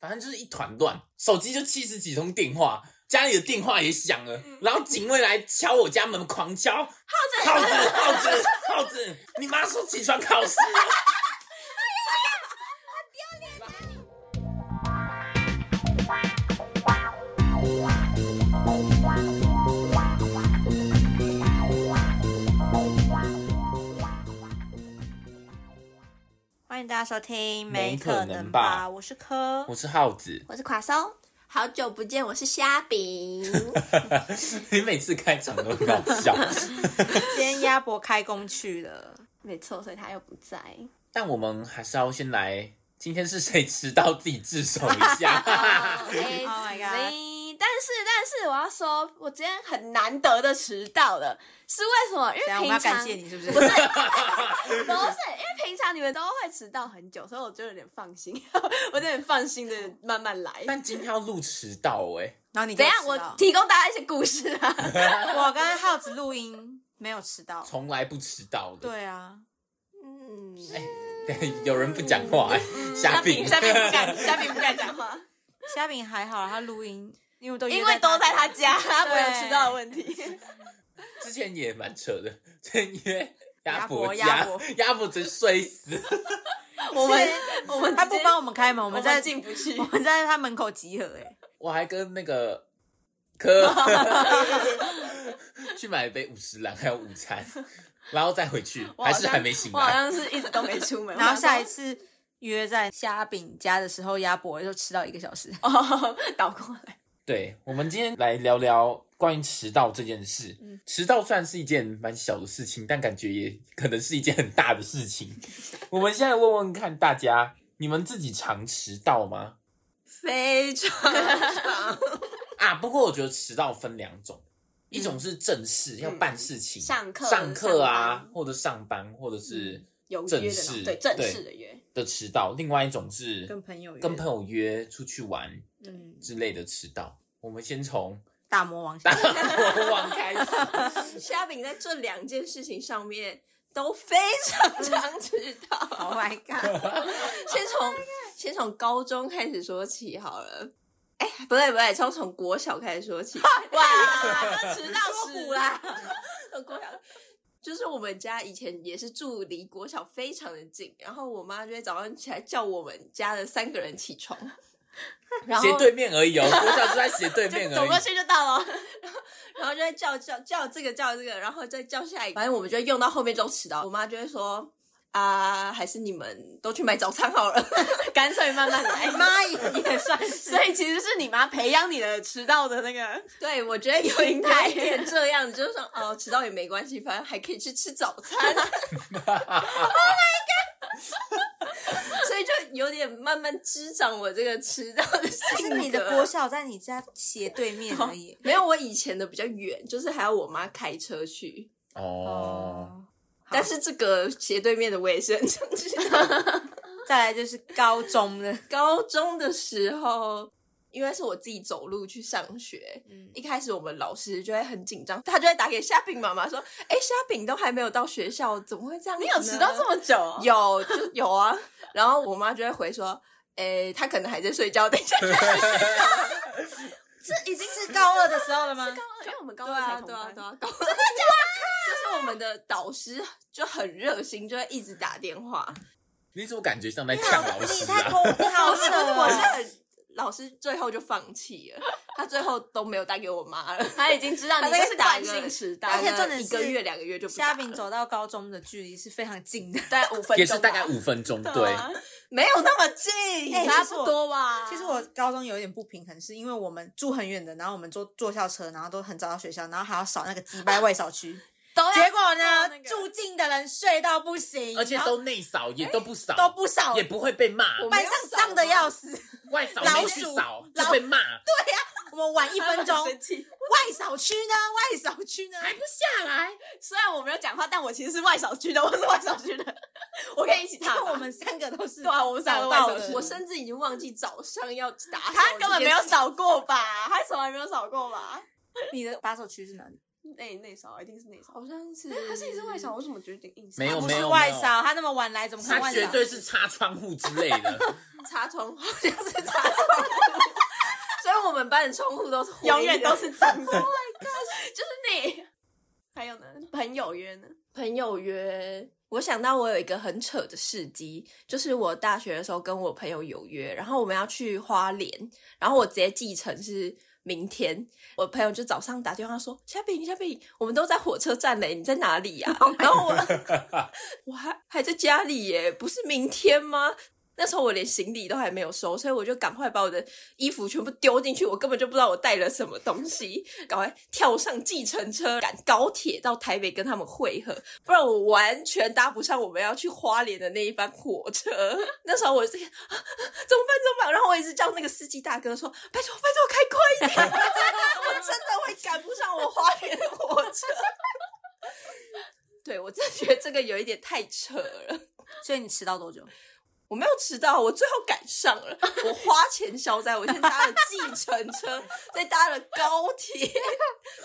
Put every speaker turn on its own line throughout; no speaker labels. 反正就是一团乱，手机就七十几通电话，家里的电话也响了，然后警卫来敲我家门，狂敲，
子
耗子，耗子，耗子，你妈说起床考试 了。
欢迎大家收听，
没可
可
能
能
吧
我是柯，
我是耗子，
我是垮松，
好久不见，我是虾饼。
你每次开场都很搞笑，
今天鸭脖开工去了，
没错，所以他又不在。
但我们还是要先来，今天是谁迟到自己自首一下。
Oh
my god
但是但是我要说，我今天很难得的迟到了，是为什么？因
等一下啊我们
为平
要
常
感谢你是不是？
不是，因为平常你们都会迟到很久，所以我就有点放心， 我有点放心的慢慢来。
但今天要录迟到哎、
然后你给
怎样？
我迟到
我提供大家一些故事 啊。
我跟耗子录音没有迟到，
从来不迟到的。
对啊，
嗯，
对， 有人不讲话、哎虾饼，
虾饼不敢，虾饼不敢讲话，
虾饼还好，他录音因为都约
因为都在他
家
家，他没有
对
迟到的问题。
之前也蛮扯的，之前约鸭
鸭
脖
脖
家
鸭脖，
鸭脖真睡死。
我们我们
他不 帮我们开门，我
我
们
们
在
再进不去
我。们在他门口集合、哎，
我还跟那个 科去买了杯五十兰，还有午餐，然后再回去，
我好
还
像
是还没醒
我好
来。
像是一直都没出 门。
然后下一
次
次约在虾饼家的时候，鸭脖就迟到一个小时。
哦，倒过来，
对，我们今天来聊聊关于迟到这件事。
嗯
迟到虽然是一件蛮小的事情，但感觉也可能是一件很大的事情。我们现在问问看大家，你们自己常迟到吗？
非常
啊，不过我觉得迟到分两种，一种是正事、要办事情，
上课
上课
上
啊
班，
或者上班，或者是
有
正
约的
式
嘛，对正式的约，
的迟到；另外一种是
跟朋友约
跟朋友约出去玩
嗯，
之类的迟到。我们先从
大魔王，
大魔王开始，
虾饼在这两件事情上面都非常常迟 到。
Oh my god！
先从先从高中开始说起好了。哎，不对不对，从从国小开始说 起。 哇，这迟到死啦！从国小，就是我们家以前也是住离国小非常的近，然后我妈就会早上起来叫我们家的三个人起床， 然后
斜对面而已哦，国小就在斜对面
就走过
而已。
去就到了， 然后然后就会叫叫叫这个叫这个，然后再叫下一个，反正我们就会用到后面都迟到。我妈就会说啊，还是你们都去买早餐好了， 干脆慢慢来。
妈也算 是
所以其实是你妈培养你的迟到的那个，
对，我觉得有一有一点这样，就是说哦，迟到也没关系，反正还可以去吃早餐。oh my god！所以就有点慢慢滋长我这个迟到的性格。啊
是你的国小在你家斜对面而已。
没有我以前的比较远，就是还要我妈开车去。
哦，，
但是这个斜对面的我也是很常知道。
再来就是高中的，
高中的时候， 因为是我自己走路去上学，
嗯，
一开始我们老师就会很紧张，他就会打给虾饼妈妈说：“哎、虾饼都还没有到学校，怎么会这样子
你
呢？
有迟到这么久、有
有就有啊。” 然后我妈就会回说。哎、他可能还在睡觉，等一下。
这已经是高二的时候了吗？
因为我们高
中才同
对
班
啊，对啊，高 真的假的？就是我们的导师就很热心，就会一直打电话。
你怎么感觉像在
你
呛
好，
老
你
师
太
啊？
抠，你好
不是
扯
不是，我是
哦。
很老师最后就放弃了，他最后都没有打给我妈 了，
他已经知道
他
你
大概
是
打
惯
一个
性迟到
打
而且
了
重点
一个
是
月两个月就不打
虾
了
饼走到高中的距离是非常近 的。
大概五分钟吧，
也是大概五分钟，对，
啊没有那么啊近，
哎
差
其实我
不多吧。
其实我高中有一点不平衡，是因为我们住很远的，然后我们坐坐校车，然后都很早到学校，然后还要扫那个鸡掰外 扫区。
都
哎
结果呢，
那个
住近的人睡到不行，
而且
然后哎
都内扫，也都不扫，
都不扫，
也不会被骂，
我们
班上脏的要死。
外扫
老
没去
鼠
扫
老
就被骂，
我们晚一分 钟，
生气。
外扫区呢？外扫区呢？
不下来。
虽然我没有讲话，但我其实是外小区的，我是外小区的，我可以一起踏
因为
吧。
我们三个都是
对啊，我们三个外
早到
小
的
区，
我甚至已经忘记早上要打扫，
他根本没有扫过吧？他从来没有扫过吧？
你的把手区是哪里？
内内扫一定是内扫，
好像是，
可是你是外扫，我怎么觉得有点印象？
没有
不
没
是
有
外
没有
扫，他那么晚来，怎么可能
他
外
绝
扫？
对是擦窗户之类的，
擦窗，好像是擦窗，
们班的窗户都是灰的
永远都是真的。
就是你。
还有呢，朋友约呢？
朋友约，我想到我有一个很扯的事迹，就是我大学的时候跟我朋友有约，然后我们要去花莲，然后我直接继承是明天，我朋友就早上打电话说：“夏饼，夏饼，我们都在火车站嘞，你在哪里呀、然后我 我还还在家里耶，不是明天吗？那时候我连行李都还没有收，所以我就赶快把我的衣服全部丢进去，我根本就不知道我带了什么东西，赶快跳上计程车，赶高铁到台北跟他们会合，不然我完全搭不上我们要去花莲的那一班火车。 那时候我这个、啊啊 怎么办怎么办？然后我一直叫那个司机大哥说：“拜托拜托，开快一点！我真的我真的会赶不上我花莲的火车。” 对，我真的觉得这个有一点太扯了。
所以你迟到多久？
我没有迟到，我最后赶上了。我花钱消灾，我先搭了计程车，再搭了高铁，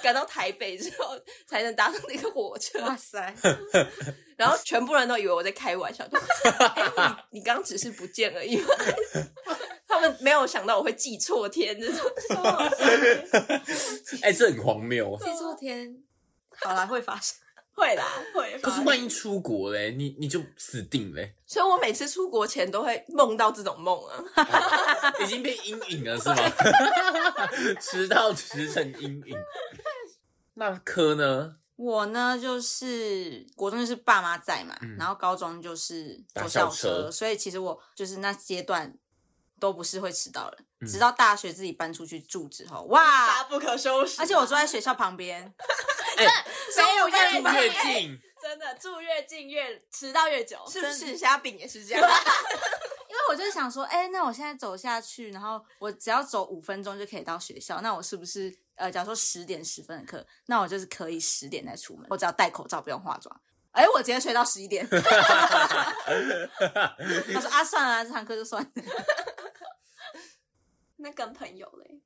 赶到台北之后才能搭上那个火 车。
哇 塞，
然后全部人都以为我在开玩笑， 就哎你你刚刚只是不见而已嘛。 他们没有想到我会记错天，这种超好笑
哎、这很荒谬。
记错天，好啦，会发生。
会啦会
可
吧。
是万一出国嘞，你你就死定嘞，
所以我每次出国前都会梦到这种梦啊。
已经被阴影了是吗？ 迟到迟成阴影。那科呢？
我呢，就是国中就是爸妈在嘛，
嗯
然后高中就是
搭
坐
校
校
车
所以其实我就是那阶段都不是会迟到的，
嗯
直到大学自己搬出去住之后，哇！
大不可收拾。
而且我住在学校旁 边，
哎、
所以我
跟
跟
你
你
们
们
越近，
真的住越近越迟到越久，
是不是虾饼也是这样？
因为我就是想说，哎、那我现在走下去，然后我只要走五分钟就可以到学校，那我是不是呃，假如说十点十分的课，那我就是可以十点再出门，我只要戴口罩，不用化妆。哎、我直接睡到十一点。他说啊，算了啊，这堂课就算了。
那跟朋友嘞，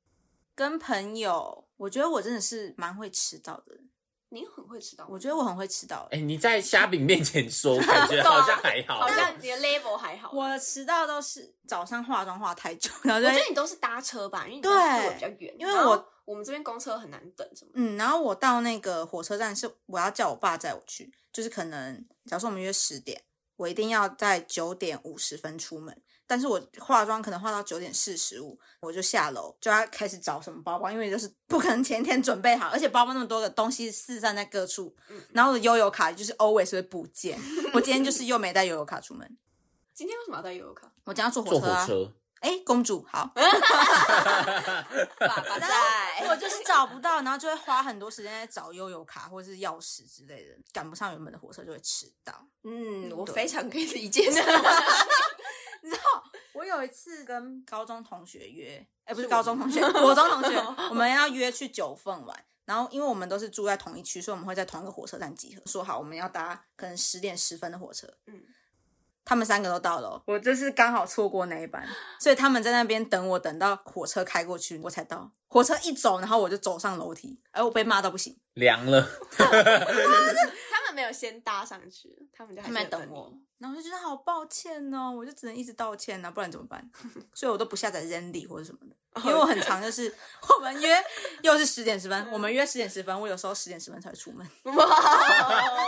跟朋友，我觉得我真的是蛮会迟到的人，
你很会迟到，
我觉得我很会迟到。
哎、你在虾饼面前说，感
啊
觉好像还好。
好像你的 level 还好。
我迟到都是早上化妆化太久，然后
我
就
觉得
会
你都是搭车吧，因为你
对
当时住的比较远，
因为
然后
我
我们这边公车很难等什么的。
嗯，然后我到那个火车站是我要叫我爸载我去，就是可能假如说我们约十点，我一定要在九点五十分出门，但是我化妆可能化到九点四十五，我就下楼就要开始找什么包包，因为就是不可能前一天准备好，而且包包那么多个东西四散在各处，
嗯
然后我的悠游卡就是 always 会不见，我今天就是又没带悠游卡出门，
今天为什么要带悠游卡？
我今天要坐火
坐
车
火
啊，
车，
哎，公主好，
爸爸在，
我就是找不到，然后就会花很多时间在找悠游卡或是钥匙之类的，赶不上原本的火车就会迟到。
嗯，我
对
非常可以理解这
我有一次跟高中同学约，哎、不是
是
高
我
中同学，国中同 学，我们要约去九份玩。然后，因为我们都是住在同一区，所以我们会在同一个火车站集合，说好我们要搭可能十点十分的火车。嗯
嗯，
他们三个都到了哦，我就是刚好错过那一班，所以他们在那边等我，等到火车开过去我才到。火车一走，然后我就走上楼梯，哎，我被骂到不行。
凉了。
他们没有先搭上去，他们就还
他
是
们在
有
等我
你。，
然后我就觉得好抱歉哦，我就只能一直道歉啊呐、不然怎么办？ 所以我都不下载 Zenly 或者什么的，因为我很常就是 我们约又是十点十分，我们约十点十分，我有时候十点十分才出 门。哦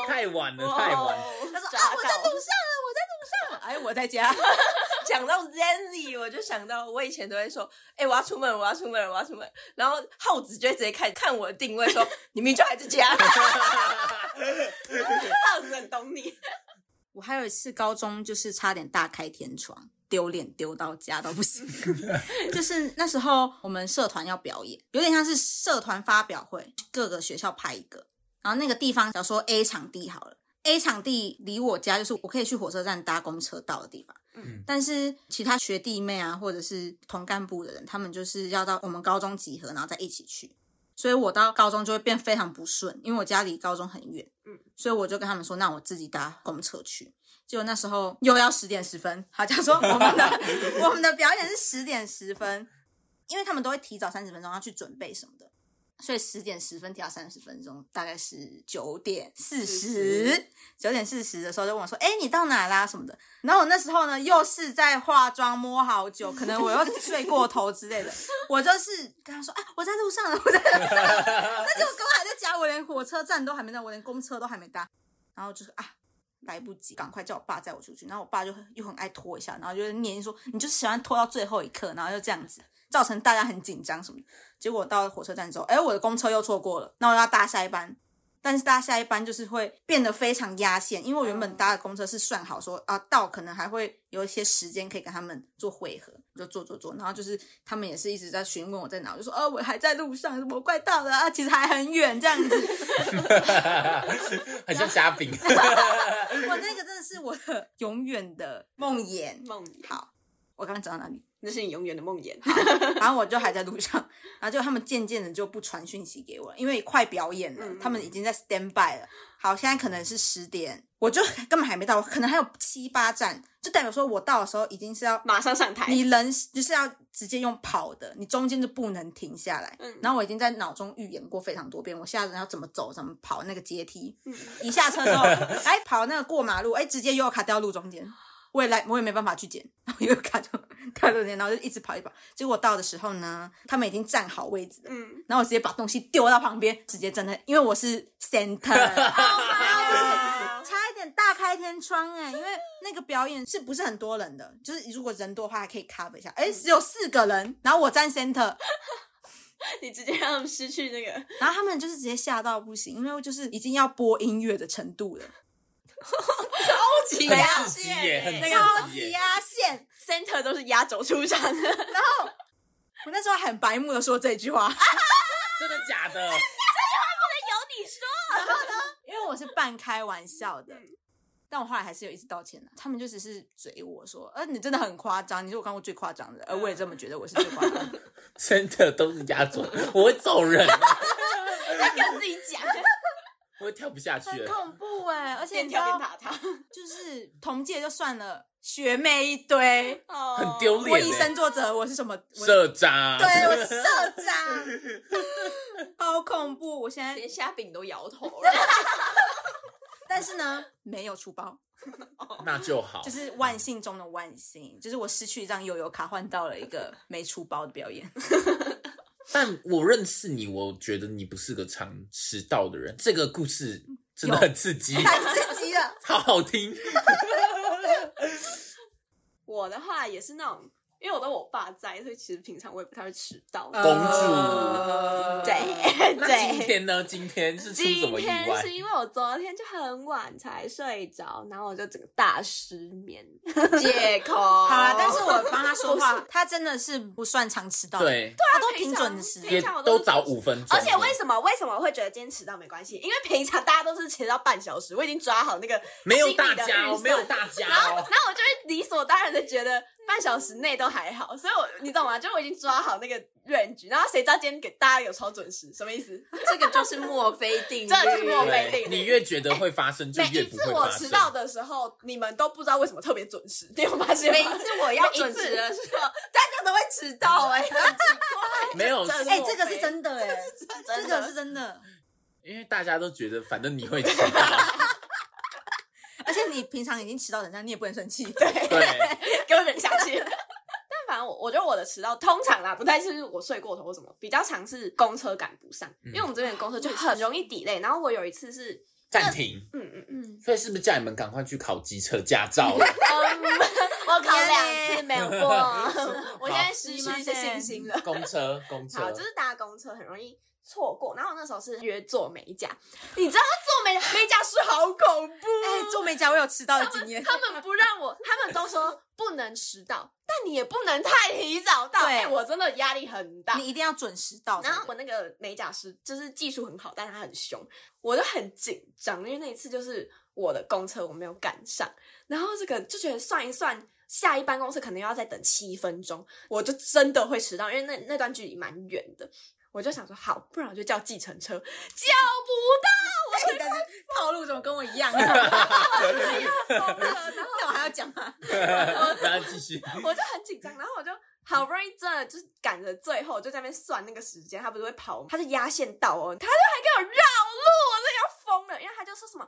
太晚了， 太晚了。
他说
抓
啊，我在
到
路上了，我在路上了，哎，我在家，
讲到 Zenly，我就想到我以前都会说，哎、我要出门，我要出门，我要出门。然后耗子就会直接看看我的定位，说你明明就还 在家。
耗 子很懂你，
我还有一次高中就是差点大开天窗，丢脸丢到家都 不行。 就是那时候我们社团要表演，有点像是社团发表会，各个学校派一个，然后那个地方，假如说 A 场地好了。A 场地离我家就是我可以去火车站搭公车到的地方，
嗯
但是其他学弟妹啊，或者是同干部的人，他们就是要到我们高中集合，然后再一起去，所以我到高中就会变非常不顺，因为我家离高中很远，
嗯
所以我就跟他们说，那我自己搭公车去。结果那时候又要十点十分，他就说我们 的我们的表演是十点十分，因为他们都会提早三十分钟要去准备什么的。所以十点十分提到三十分钟，大概是九点四十。九点四十的时候就问我说：“哎、你到哪啦、什么的。”然后我那时候呢，又是在化妆摸好久，可能我又睡过头之类的。我就是跟他说：“啊，我在路上了，我在路上了。”那就刚还在家，我连火车站都还没到，我连公车都还没搭。然后就是啊，来不及，赶快叫我爸载我出去。然后我爸就很又很爱拖一下，然后就是念说：“你就是喜欢拖到最后一刻。”然后就这样子，造成大家很紧张什么的。结果到火车站之后，哎，我的公车又错过了，那我要搭下一班。但是搭下一班就是会变得非常压线，因为我原本搭的公车是算好说啊到可能还会有一些时间可以跟他们做汇合，我就坐坐坐，然后就是他们也是一直在询问我在哪，我就说哦、我还在路上，我快到了啊，其实还很远这样子。
很像虾饼。
我那个真的是我的永远的梦魇。
梦魇，
好，我刚刚讲到哪里？
那是你永远的梦魇。
然后我就还在路上， 然后就他们渐渐的就不传讯息给我了，因为快表演了，
嗯
他们已经在 stand by 了。好，现在可能是十点，我就根本还没到，可能还有七八站，就代表说我到的时候已经是要
马上上台，
你人就是要直接用跑的，你中间就不能停下来。
嗯
然后我已经在脑中预演过非常多遍，我下人要怎么走，怎么跑那个阶梯，
嗯
一下车之后，哎，跑那个过马路，哎，直接悠悠卡掉路中间，我也来，我也没办法去捡， 然后悠悠卡就掉路中间，然后就一直跑一直跑。结果到的时候呢，他们已经站好位置了，
嗯，
然后我直接把东西丢到旁边，直接站在，因为我是 center。
啊
差一点大开天窗哎、因为那个表演是不是很多人的？就是如果人多的话，还可以 cover 一下。哎、只有四个人，然后我站 center，
你直接让他们失去那个，
然后他们就是直接吓到不行，因为就是已经要播音乐的程度了，
超级
很
压
刺激耶很刺
线那
激
个
啊超级啊压线。
center 都是压轴出场的，
我那时候很白目的说这句话，
真的假的？
因为我是半开玩笑的，但我后来还是有一直道歉的。他们就只是嘴我说，呃，你真的很夸张，你是我看过最夸张的，而我也这么觉得我是最夸张的。
真的都是压轴，我会走人，啊
他跟自己讲，
我会跳不下去
很
了。
恐怖哎、而且
边
你知
跳边
道，
打他，
就是同届就算了，学妹一堆，
哦
很丢
我
脸
以
欸
身作则，我是什么？我
社长，
对，我是社长，好恐怖！我现在，
连虾饼都摇头了，
但是呢，没有出包，
那就好
就。是万幸中的万幸，就是我失去一张悠游卡，换到了一个没出包的表演。
但我认识你，我觉得你不是个常迟到的人。这个故事真的很刺 激，
太刺激了，
好好听。
我的话也是那种，因为我都我爸在，所以其实平常我也不太会迟到。
公主
呃
对
那今
对，
天呢？今天是出什
今
么意
天
外
是？因为我昨天就很晚才睡着，然后我就整个大失眠， 借口。好
好啦，但是我帮他说话，他真的是不算常迟到，，
对，
他都挺准时
平常
也
的。
我都
都
是
早五分钟了。
而且为什么为什么我会觉得今天迟到没关系？因为平常大家都是迟到半小时，我已经抓好那个
没有
心理
大
的
家哦，
预算
没有大家
然后，然
哦。
后我就会理所当然的觉得半小时内都还好，所以我你懂吗？就我已经抓好那个 range，然后谁知道今天给大家有超准时，什么意思？
这个就是墨菲定律，
这就是墨菲定
对，
律
你越觉得会发生，就
每
越
一
不
次
会
我
发
迟
生。
到的时候，你们都不知道为什么特别准时，你有发现吗？
每一次我要准时的时 候，大家都会迟到哎、
没有，
这
哎、这个是真的哎、
真
这
的
个是真的。
因为大家都觉得反正你会迟 到，
而且你平常已经迟到人家，你也不能生气。 对，
对，
给我忍下去。但反正我我觉得我的迟到通常啦，不太是我睡过头或什么，比较常是公车赶不上，
嗯
因为我们这边的公车
哦
就很容易抵累。然后我有一次是，
暂停。
嗯嗯嗯，
所以是不是叫你们赶快去考机车驾照 了？
我考两次没有过， 我现在失去
好
一些信心了。
公车，公车
好，， 就是搭公车很容易错过。然后那时候是约做美甲，你知道做美美甲师好恐怖，
哎、做美甲我有迟到的经验。
他们不让我， 他们都说不能迟到，但你也不能太提早到。
对
哎、我真的压力很大。
你一定要准时到才
然
对。
后我那个美甲师就是技术很好，但他很凶，我就很紧张，因为那一次就是我的公车我没有赶上，然后这个就觉得算一算。下一班公车可能要再等七分钟，我就真的会迟到，因为那那段距离蛮远的。我就想说，好，不然我就叫计程车，叫不
但是套路怎么跟我一样？那
到，疯了然后
我还要讲吗？
然后继续。
我就很紧张，然后我就好不容易真的就是赶着最后就在那边算那个时间，他不是会跑吗，他就压线到哦，他就还给我绕路，我真的要疯了，因为他就说什么。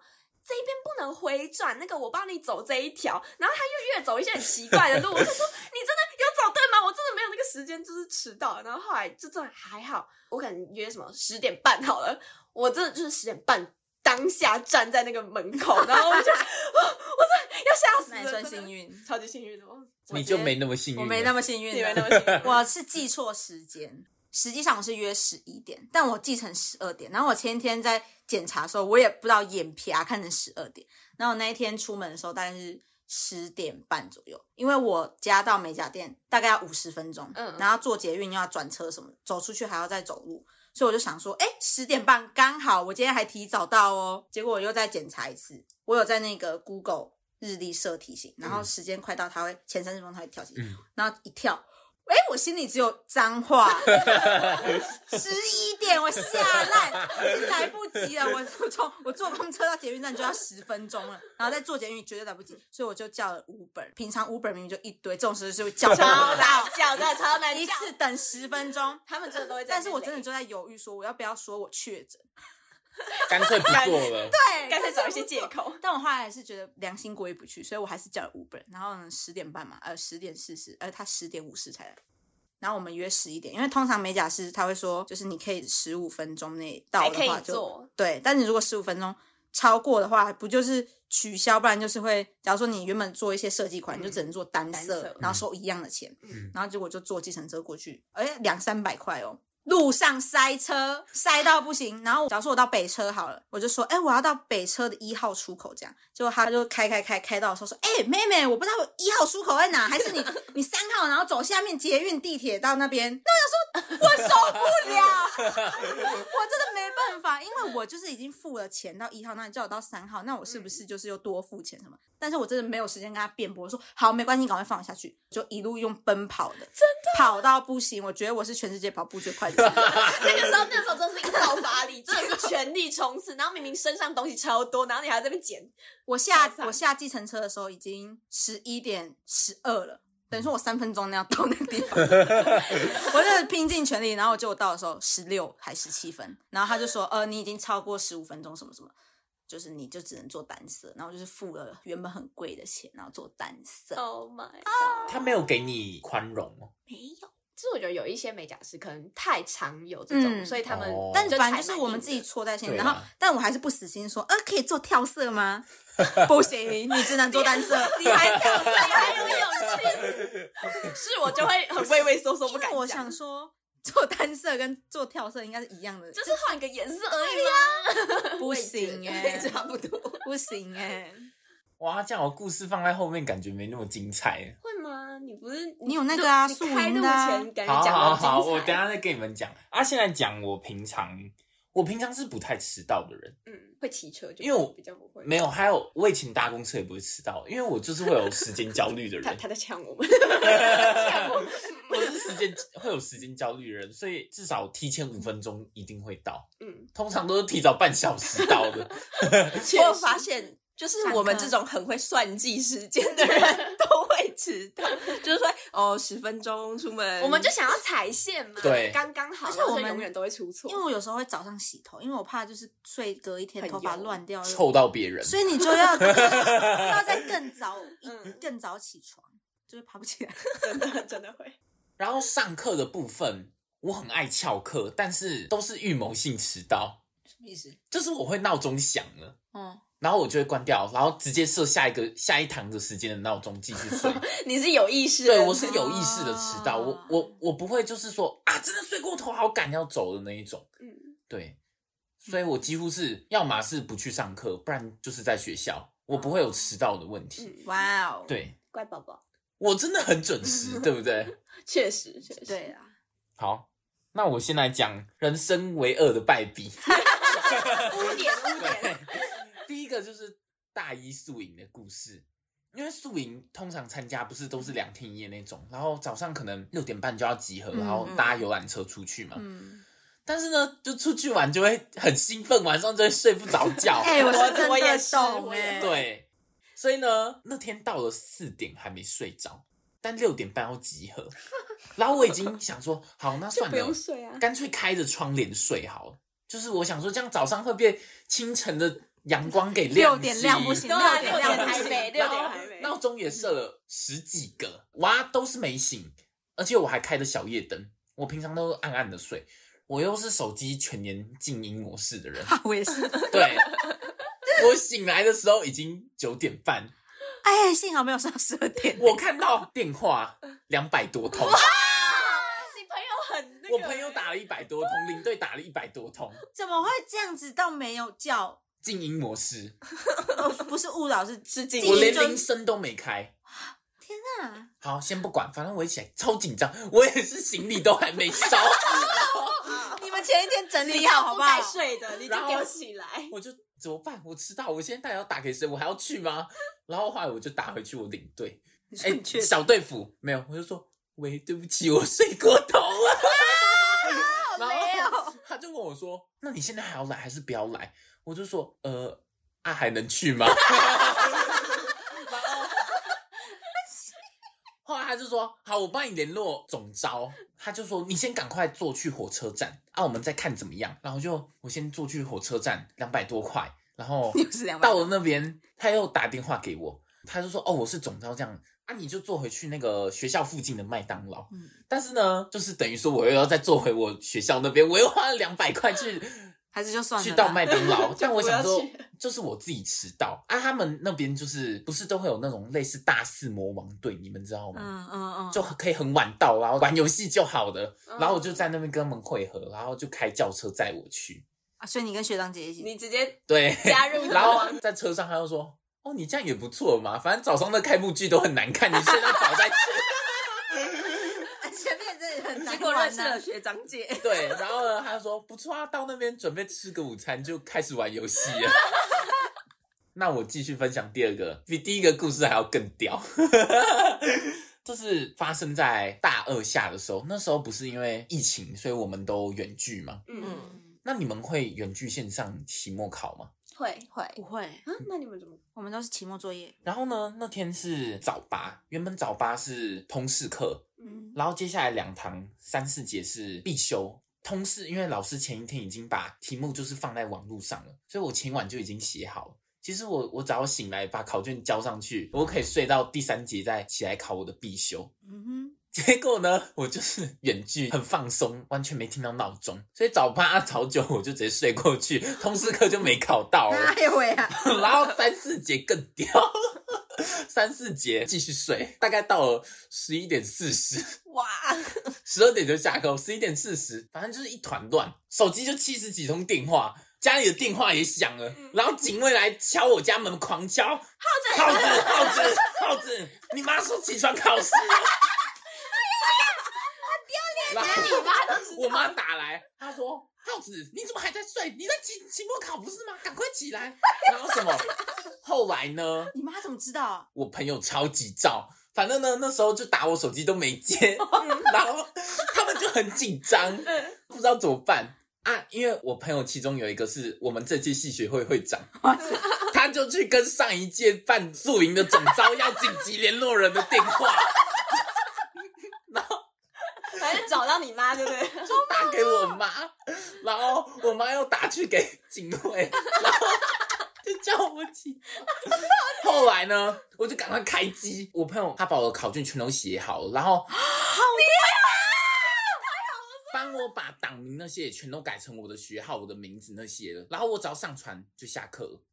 这一边不能回转，那个我帮你走这一条，然后他又越走一些很奇怪的路，我就说你真的有走对吗？我真的没有那个时间，就是迟到。然后后来就真的还好，我可能约什么十点半好了，我真的就是十点半当下站在那个门口，然后我就我我真的要吓死
那
了，
也算
真的
幸运，
超级幸运的，我
你就没那么幸运，
我没那么幸运
你
了，
没那么幸运
我是记错时间，实际上我是约十一点，但我记成十二点。然后我前一天在检查的时候，我也不知道眼皮啊看成十二点。然后我那一天出门的时候大概是十点半左右，因为我家到美甲店大概要五十分钟，
嗯
然后坐捷运又要转车什么的，走出去还要再走路。所以我就想说，哎，十点半刚好，我今天还提早到哦。结果我又再检查一次，我有在那个 Google 日历设提醒，然后
嗯
时间快到，它会前三十分钟它会跳起，
嗯
然后一跳，哎，我心里只有 脏话，十一点我吓烂，我已经来不及了。我我从我坐公车到捷运站就要十分钟了，然后再坐捷运绝对来不及，所以我就叫了 Uber。平常 Uber 明明就一堆，这种时候就 会叫
超
不
难
到，
叫，真的超 难
一
叫。
次等十分钟。
他们真的都会在那边
但
累，
是我真的就在犹豫，说我要不要说我确诊？
干脆不做 了。
对
干脆找一些借。口。
但我后来还是觉得良心过意不去，所以我还是叫了 Uber。然后呢，十点半嘛，呃，十点四十，呃，他十点五十才来。然后我们约十一点，因为通常美甲师他会说，就是你可以十五分钟内到
还
的
哎可以
话就
做，
对。但你如果十五分钟超过的话，不就是取消？不然就是会，假如说你原本做一些设计款，你就只能做单
单
色
色，
然后收一样的钱。
嗯
然后结果就坐计程车过去，哎，两三百块哦。路上塞车，塞到不行。然后假如说我到北车好了，我就说，哎、我要到北车的一号出口这样。结果他就开开开开到的时候说，哎、妹妹，我不知道我一号出口在哪，还是你你三号，然后走下面捷运地铁到那边。那我想说，我受不了，我真的没办法，因为我就是已经付了钱到一号，那你叫我到三号，那我是不是就是又多付钱什么？但是我真的没有时间跟他辩驳，我说好，没关系，你赶快放我下去，就一路用奔跑的，真的跑到不行，我觉得我是全世界跑步最快的人。
那个时候，那个时候真的是一个爆发力，真的是全力冲刺。然后明明身上东西超多，然后你还在那边捡，
我下
超惨
我下计程车的时候已经十一点十二了，等于
嗯
说我三分钟那要到那个地 方，我就是拼尽全力，然后结果到的时候十六还十七分，然后他就说呃你已经超过十五分钟什么什么，就是你就只能做单色，然后就是付了原本很贵的钱，然后做单色，
Oh my！
他没有给你宽容哦，
没有，就是我觉得有一些美甲师可能太常有这种，
嗯
所以他们
哦
但
就
反正
才
就是
蛮
我们
硬
自己
的
戳在心里，
对啊
然后但我还是不死心说呃可以做跳色吗？不行，你只能做单色，
你还跳色，你还有勇 气，是我就会很畏畏缩缩，
因
不
为
敢
我
讲
想，说做单色跟做跳色应该是一样的，
就是换一个颜色而已
不行
嘛，
哎、
差不多
不行哎、
哇，这样我故事放在后面感觉没那么精彩。
会吗？你不是
你有那个啊
你
素
开
颜
路
的啊
前感
好
觉讲
好
得
好，
很
我
精
等一
彩，
下再跟你们讲啊。现在讲我平常，我平常是不太迟到的人，
嗯，会骑车就
因为我
比较不会，
没有。还有我以前搭公车也不会迟到，因为我就是会有时间焦虑的
他
人，
他在抢我们，
我是时间会有时间焦虑的人，所以至少提前五分钟一定会到，
嗯，
通常都是提早半小时到 的。
我有发现，就是
上
我们
课
这种很会算计时间 的人都会迟到，就是说哦，十分钟出门，
我们 就想要踩线嘛，
对
刚刚好，
而且
然后
我
就
们
永远都会出错，
因为我有时候会早上洗头，因为我怕就是睡隔一天
很
头发
油
乱掉，
臭到别人，
所以你就要 要再更早一、
嗯
更早起床，就是爬不起 来。
真的真的会。
然后上课的部分，我很爱翘课，但是都是预谋性迟到，
什么意思？
就是我会闹钟响了。
哦
嗯，
然后我就会关掉，然后直接设下一个下一堂的时间的闹钟继续 睡。
你是有意识的，
对我是有意识的迟到，我
啊
我我不会就是说啊，真的睡过头，好赶要走的那一种。
嗯，
对，所以我几乎是要么是不去上课，不然就是在学校，我不会有迟到的问题。
嗯，
哇哦，
对
乖宝宝，
我真的很准 时，对不对？
确实确实，
对啊，
好，那我先来讲人生为恶的败 笔。
污点污点，
对，第一个就是大一宿营的故事，因为宿营通常参加不是都是两天一夜那种，然后早上可能六点半就要集合，
嗯
然后搭游览车出去嘛。
嗯，
但是呢，就出去玩就会很兴奋，晚上就会睡不着觉。
哎、我
我
是真
我也
的
是
懂
我
哎、
也
对，所以呢，那天到了四点还没睡着，但六点半要集合， 然后我已经想说，好，那
就
算
不
了
用，睡啊。
干脆开着窗帘睡好了。就是我想说，这样早上会被清晨的阳光给
六
亮
点
起
亮不行，
对
六
啊
点亮不
六点还
行。
没
然
六
后
点还没
闹钟也设了十几个，哇，都是没醒，而且我还开着小夜灯，我平常都暗暗的睡，我又是手机全年静音模式的人，
我也 是，
对，我醒来的时候已经九点半，
哎，幸好没有上十二点。
我看到电话两百多通，
你朋友很那个欸
我朋友打了一百多通，领队打了一百多通，
怎么会这样子？到没有 叫，
静音模式，
哦，不是误导，是是静
我
音
连
就
铃声都没开。
啊
好，先不管，反正我一起来超紧张，我也是行李都还没 收，
你们前一天整
你
理好好
不
不
该
好？
睡的，你就
然后
给我起来。。
我就怎么办？我迟到，我现在到底要打给谁？我还要去吗？然后后来我就打回去我领队，
你
哎、
说你确定？
小队服没有，我就说喂，对不起，我睡过头
啊
了。 然后 他就问我说：“那你现在还要来还是不要来？”我就说：“呃，啊，还能去吗？” 然后后来他就说：“好，我帮你联络总招。”他就说：“你先赶快坐去火车站啊，我们再看怎么样。”然后就我先坐去火车站，两百多块，然后
又是两百
到了那边，他又打电话给我，他就说：“哦，我是总招这样。”啊，你就坐回去那个学校附近的麦当劳，
嗯
但是呢，就是等于说我又要再坐回我学校那边，我又花了两百块去
还是就算了
去
吧。
到麦当劳 但我想
就
说
不要去，
就是我自己迟到啊。他们那边就是不是都会有那种类似大四魔王队，你们知道吗？
嗯嗯嗯，
就可以很晚到，然后玩游戏就好的。
嗯
然后我就在那边跟他们会合，然后就开轿车载我去。
啊所以你跟学长姐一起，
你直接
对，
哎
加入
然后在车上他就说：“哦，你这样也不错嘛，反正早上的开幕剧都很难看，你睡到早再去。”
啊前面这也很啊
结果认识了学长姐，
对，然后呢，他就说不错啊，到那边准备吃个午餐就开始玩游戏了。那我继续分享第二个，比第一个故事还要更屌。 就是发生在大二下的时候，那时候不是因为疫情，所以我们都远距嘛。
嗯，
嗯，
那你们会远距线上期末考吗？
会会
不会，
啊？那你们怎么？
我们都是期末作业。
然后呢，那天是早八，原本早八是通识课，
嗯，
然后接下来两堂三四节是必修。通识，因为老师前一天已经把题目就是放在网络上了，所以我前晚就已经写好了。其实我我只要醒来把考卷交上去，我可以睡到第三节再起来考我的必修。
嗯
结果呢，我就是远距很放松，完全没听到闹钟，所以早八早九我就直接睡过去，通识课就没考到
哼，
了。
哎呦喂啊！
然后三四节更屌，三四节继续睡，大概到了十一点四十，
哇，
十二点就下课，十一点四十，反正就是一团乱，手机就七十几通电话，家里的电话也响了，然后警卫来敲我家门，狂敲，耗子，耗子，耗子，耗子，你妈说起床考试了。然后
你妈都知道
我妈打来，她说：“耗子，你怎么还在睡？你在期期末考不是吗？赶快起来！”然后什么？后来呢？
你妈怎么知道啊？
我朋友超级燥，反正呢那时候就打我手机都没接， 然后他们就很紧张，不知道怎么办啊。因为我朋友其中有一个是我们这届系学会会长，他就去跟上一届办宿营的总招要紧急联络人的电话，
反正找到你妈，对不 对？
就打给我妈，然后我妈又打去给警卫，然后。就叫我起床。后来呢，我就赶快开机。我朋友他把我的考卷全都写好了，然后帮我把党名那些也全都改成我的学号、我的名字那些了。然后我只要上传就下课了。
啊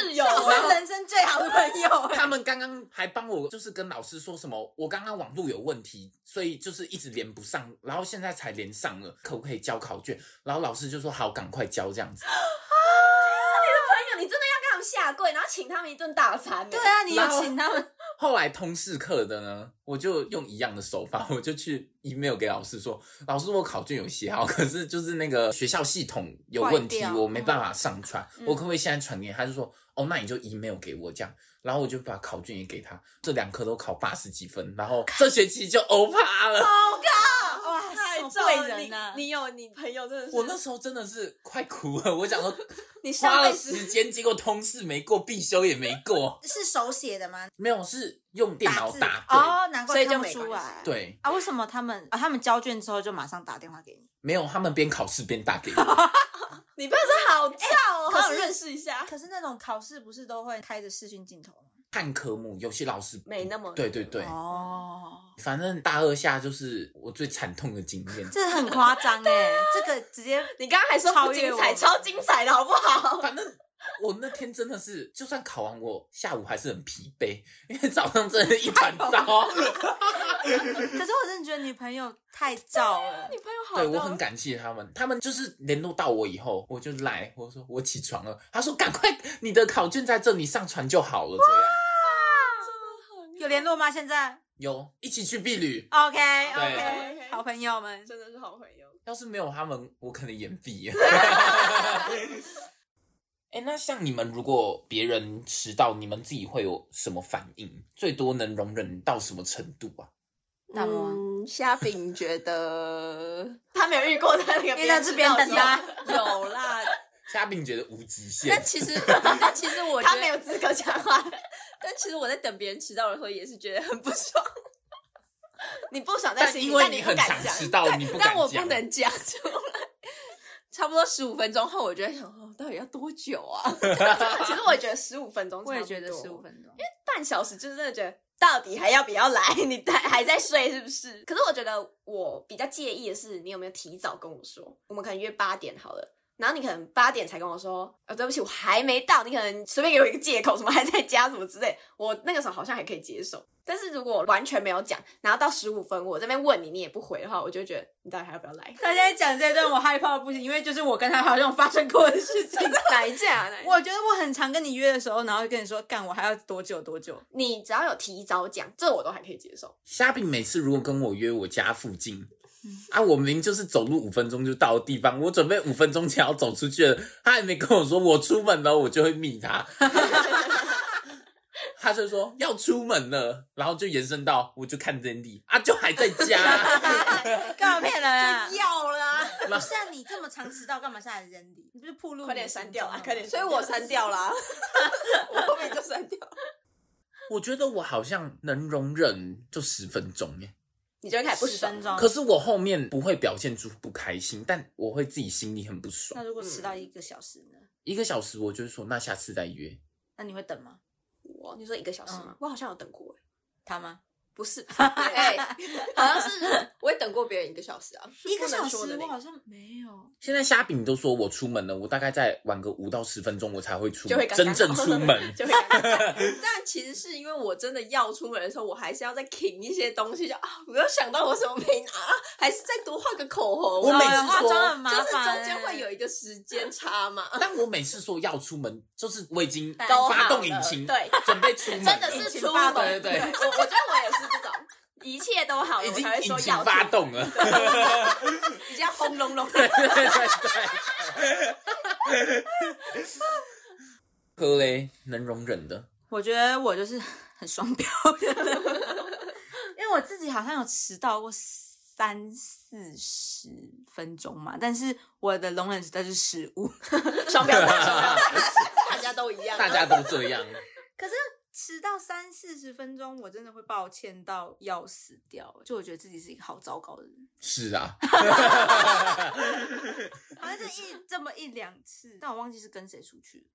室友
哦我是人生最好的朋友哎。
他们刚刚还帮我，就是跟老师说什么，我刚刚网络有问题，所以就是一直连不上，然后现在才连上了，可不可以交考卷？然后老师就说好，赶快交这样 子。
朋友，你真的要跟他们下跪，然后请他们一顿大餐欸呢？
对啊，你
然后
有请他们？
后来通识课的呢，我就用一样的手法，我就去 email 给老师说，老师我考卷有写好，可是就是那个学校系统有问题，
坏掉嗯
我没办法上传，我可不可以现在传给你他？就说哦，那你就 email 给我这样，然后我就把考卷也给他，这两科都考八十几分，然后这学期就欧趴了。
好高哇！啊
太
我
贵人啊呐、
你有你朋友真的是，
我那时候真的是快哭了，我想说
你
花
上辈
了
子
时间，结果通识没过，必修也没过，
是手写的吗？
没有是用电
打
脑
字
打对。
哦，难
所
怪
以就
看不
没
出
关系
来。
对，
啊，为什么他们啊？他们交卷之后就马上打电话给你？
没有，他们边考试边打给 我。
你不要说好燥哦，
可是
好想认识一下。
可是那种考试不是都会开着视讯镜头吗？
看科目，有些老师
没那么
对对对，
哦，
反正大二下就是我最惨痛的经 验。
这很夸张哎，这个直接
你刚刚还说不精彩，
超越我
超精彩的好不好？
反正我那天真的是，就算考完我，下午还是很疲惫，因为早上真的一团糟。
可是我真的觉得你朋友太燥了，
朋友好
对我很感谢他们，他们就是联络到我以后，我就赖，我说我起床了，他说赶快，你的考卷在这里上传就好了，这样
有联络吗？现在
有一起去避旅。
OK OK，
对
好朋友们，
真的是好朋友。
要是没有他们，我可能眼闭。 哎、那像你们如果别人迟到，你们自己会有什么反应？最多能容忍到什么程度啊？
大魔王
嗯，虾饼觉得他没有遇过他那个，因
因为在这边等他，
有 啦。
虾饼觉得无极限
但，其 实，但其实我 觉
他没有
得，
资格讲话，
但其实我在等别人迟到的时候，也是觉得很不爽，
你不爽在
但
心里，
因
但
为
你不
很
敢
常
讲。
迟到，你不敢
但我不
讲。啊
能讲出来。 差不多十五分钟后，我就在想，哦，到底要多久啊？
其实我也觉得十五分钟，
我也觉得十五分钟，？
半小时，就是真的觉得到底还要不要来？ 你还还在睡是不是？可是我觉得我比较介意的是，你有没有提早跟我说？我们可能约八点好了。然后你可能八点才跟我说，呃、对不起，我还没到。你可能随便给我一个借口，什么还在家，什么之类。我那个时候好像还可以接受。但是如果完全没有讲，然后到十五分我这边问你，你也不回的话，我就觉得你到底还要不要来
他现在讲这段我害怕不行，因为就是我跟他好像发生过的事情。
哪一件啊？哪一件
我觉得我很常跟你约的时候，然后就跟你说，干我还要多久多久？
你只要有提早讲，这我都还可以接受。
虾饼每次如果跟我约我家附近，啊，我明明就是走路五分钟就到的地方，我准备五分钟前要走出去了，他还没跟我说我出门了，我就会密他。 他就说要出门了，然后就延伸到我就看 Zandy 啊，就还在家，
干嘛骗人啊？
要啦，
不是啊，你这么常迟到，干嘛下来扔你？你不是铺路？
快点删掉啊！快点，
所以我删掉啦，我后面就删掉。
我觉得我好像能容忍就十分钟耶，
你就会开始不
十
爽
分。钟。
可是我后面不会表现出不开心，但我会自己心里很不爽
那。如果迟到一个小时呢？
一个小时我就说那下次再约，
那你会等吗？
我你说一个小时
嗯
吗？我好像有等过欸，
他吗？
不 是，
哎、
哎，
好像是我也等过别人一个小时啊，
一个
不能
小
说的
时
那
我
个
好像没有。
现在虾饼都说我出门了，我大概再晚个五到十分钟，我才会出
就会
门，
刚
真
刚
正
好
出 门。
就会刚刚好
但其实是因为我真的要出门的时候，我还是要再停一些东西，就啊，我又想到我什么没拿，还是再多画个口红。啊
我每次
哎化
说
妆很麻
就
烦
是
欸，
中间会有一个时间差嘛。
但我每次说要出门，就是我已经
都
发
好
动
了
引擎，
对，
准备出门了，
真的是
情
出
发
门。
动
对对对
我我觉得我也是这种，一切都好了，
已
我
经
才会
引
说
擎
要
发
出。
动了。
比较轰隆隆。
对 对对。 喝嘞，能容忍的。
我觉得我就是很双标的， 因为我自己好像有迟到过三四十分钟嘛，但是我的容忍实在是失误。
双标仔，双标仔，大家都一 样。
大家都这样，
可是迟到三四十分钟，我真的会抱歉到要死掉。欸就我觉得自己是一个好糟糕的人，
是啊，
好像就一这么一两次，但我忘记是跟谁出去。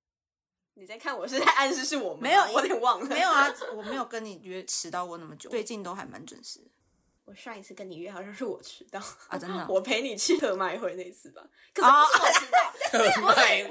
你在看我是在暗示是我们吗，
没有
我有点忘了。
没有，啊， 我没有跟你约迟到过那么久，最近都还蛮准时的
我上一次跟你约好像是我迟到，
啊，真的哦。
我陪你去特卖会那次吧。可是
哦
不是 我哦迟到，
卖味
Oh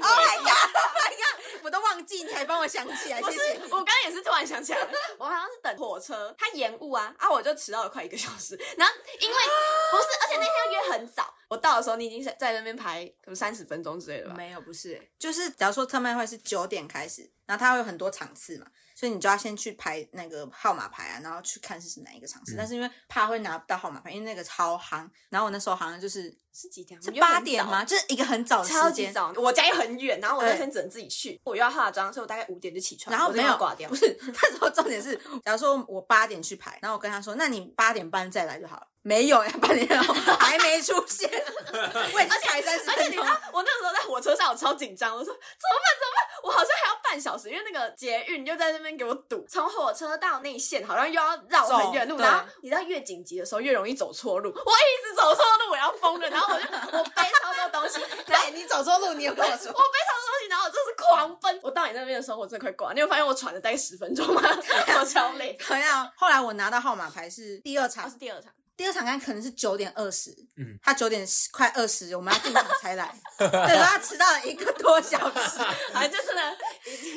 我都忘记，你还帮我想起来，
不
谢
是
谢，你。
我刚刚也是突然想起来，我好像是等火车，它延误啊，啊，我就迟到了快一个小时。然后因为不是，而且那天要约很早，我到的时候你已经在在那边排可能三十分钟之类的吧。
没有，不是，就是假如说特卖会是九点开始，然后它会有很多场次嘛，所以你就要先去排那个号码牌啊，然后去看是哪一个场次。但是因为怕会拿不到号码牌，因为那个超夯。然后我那时候好像就是
是几点？
是
我们约
八
很
点
早啊
吗？？就是一个很早的
超
时
级
间，
早，我家又很远，然后我那
对
天只能自己去，我又要化妆，所以我大概五点就起床，
然后
我就
没有
要挂掉
不。是，那时候重点是，假如说我八点去排，然后我跟他说，那你八点半再来就好了。没有呀，八点半还没出 现，我已经排三十
而且
分
你
钟
知
了。
道，我那个时候在火车上，我超紧张，我说怎么办？怎么办？我好像还要半小时，因为那个捷运就在那边给我堵，从火车到内线好像又要绕很远路，
走
然后你知道越紧急的时候越容易走错路，我一直走错路，我要疯了，然后我就我背超多东西，然后
对，你走错路，你有跟我说
我背超多东西，然后我就是狂奔。我到你那边的时候，我真的快挂。你有发现我喘了大概十分 钟吗？我超 累。
好像后来我拿到号码牌是第二
然
场
后是，第二场，
第二场刚可能是九点二十，
嗯，
他九点快二十，我们要进场才来， 对，然后他迟到了一个多小时。
好像就是呢，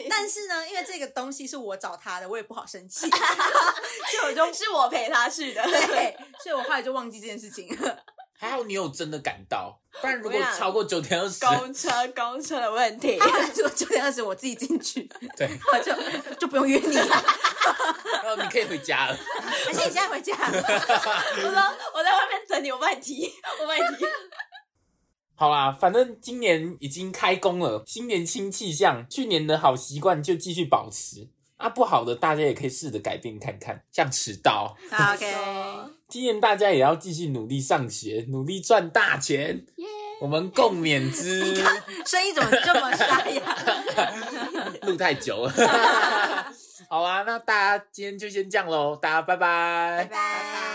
但是呢，因为这个东西是我找他的，我也不好生气，所以我就
是我陪他去的。
对，所以我后来就忘记这件事情了。
还好你有真的赶到，不然如
我
果
跟你讲
超过九点二十，
公车，公车的问题
他。后来说九点二十我自己进去，
对，
我就就不用约你了，
然 后你可以回家了。
而且你现在回家，
我说我在外面等你，我帮你提，我帮你提。
好啦，反正今年已经开工了，新年新气象，去年的好习惯就继续保持。啊，不好的大家也可以试着改变看看，像迟到。
好
说
今年大家也要继续努力上学，努力赚大钱。我们共勉之。
声音怎么这么沙哑？
录太久了。好啊，那大家今天就先这样喽，大家拜拜
拜。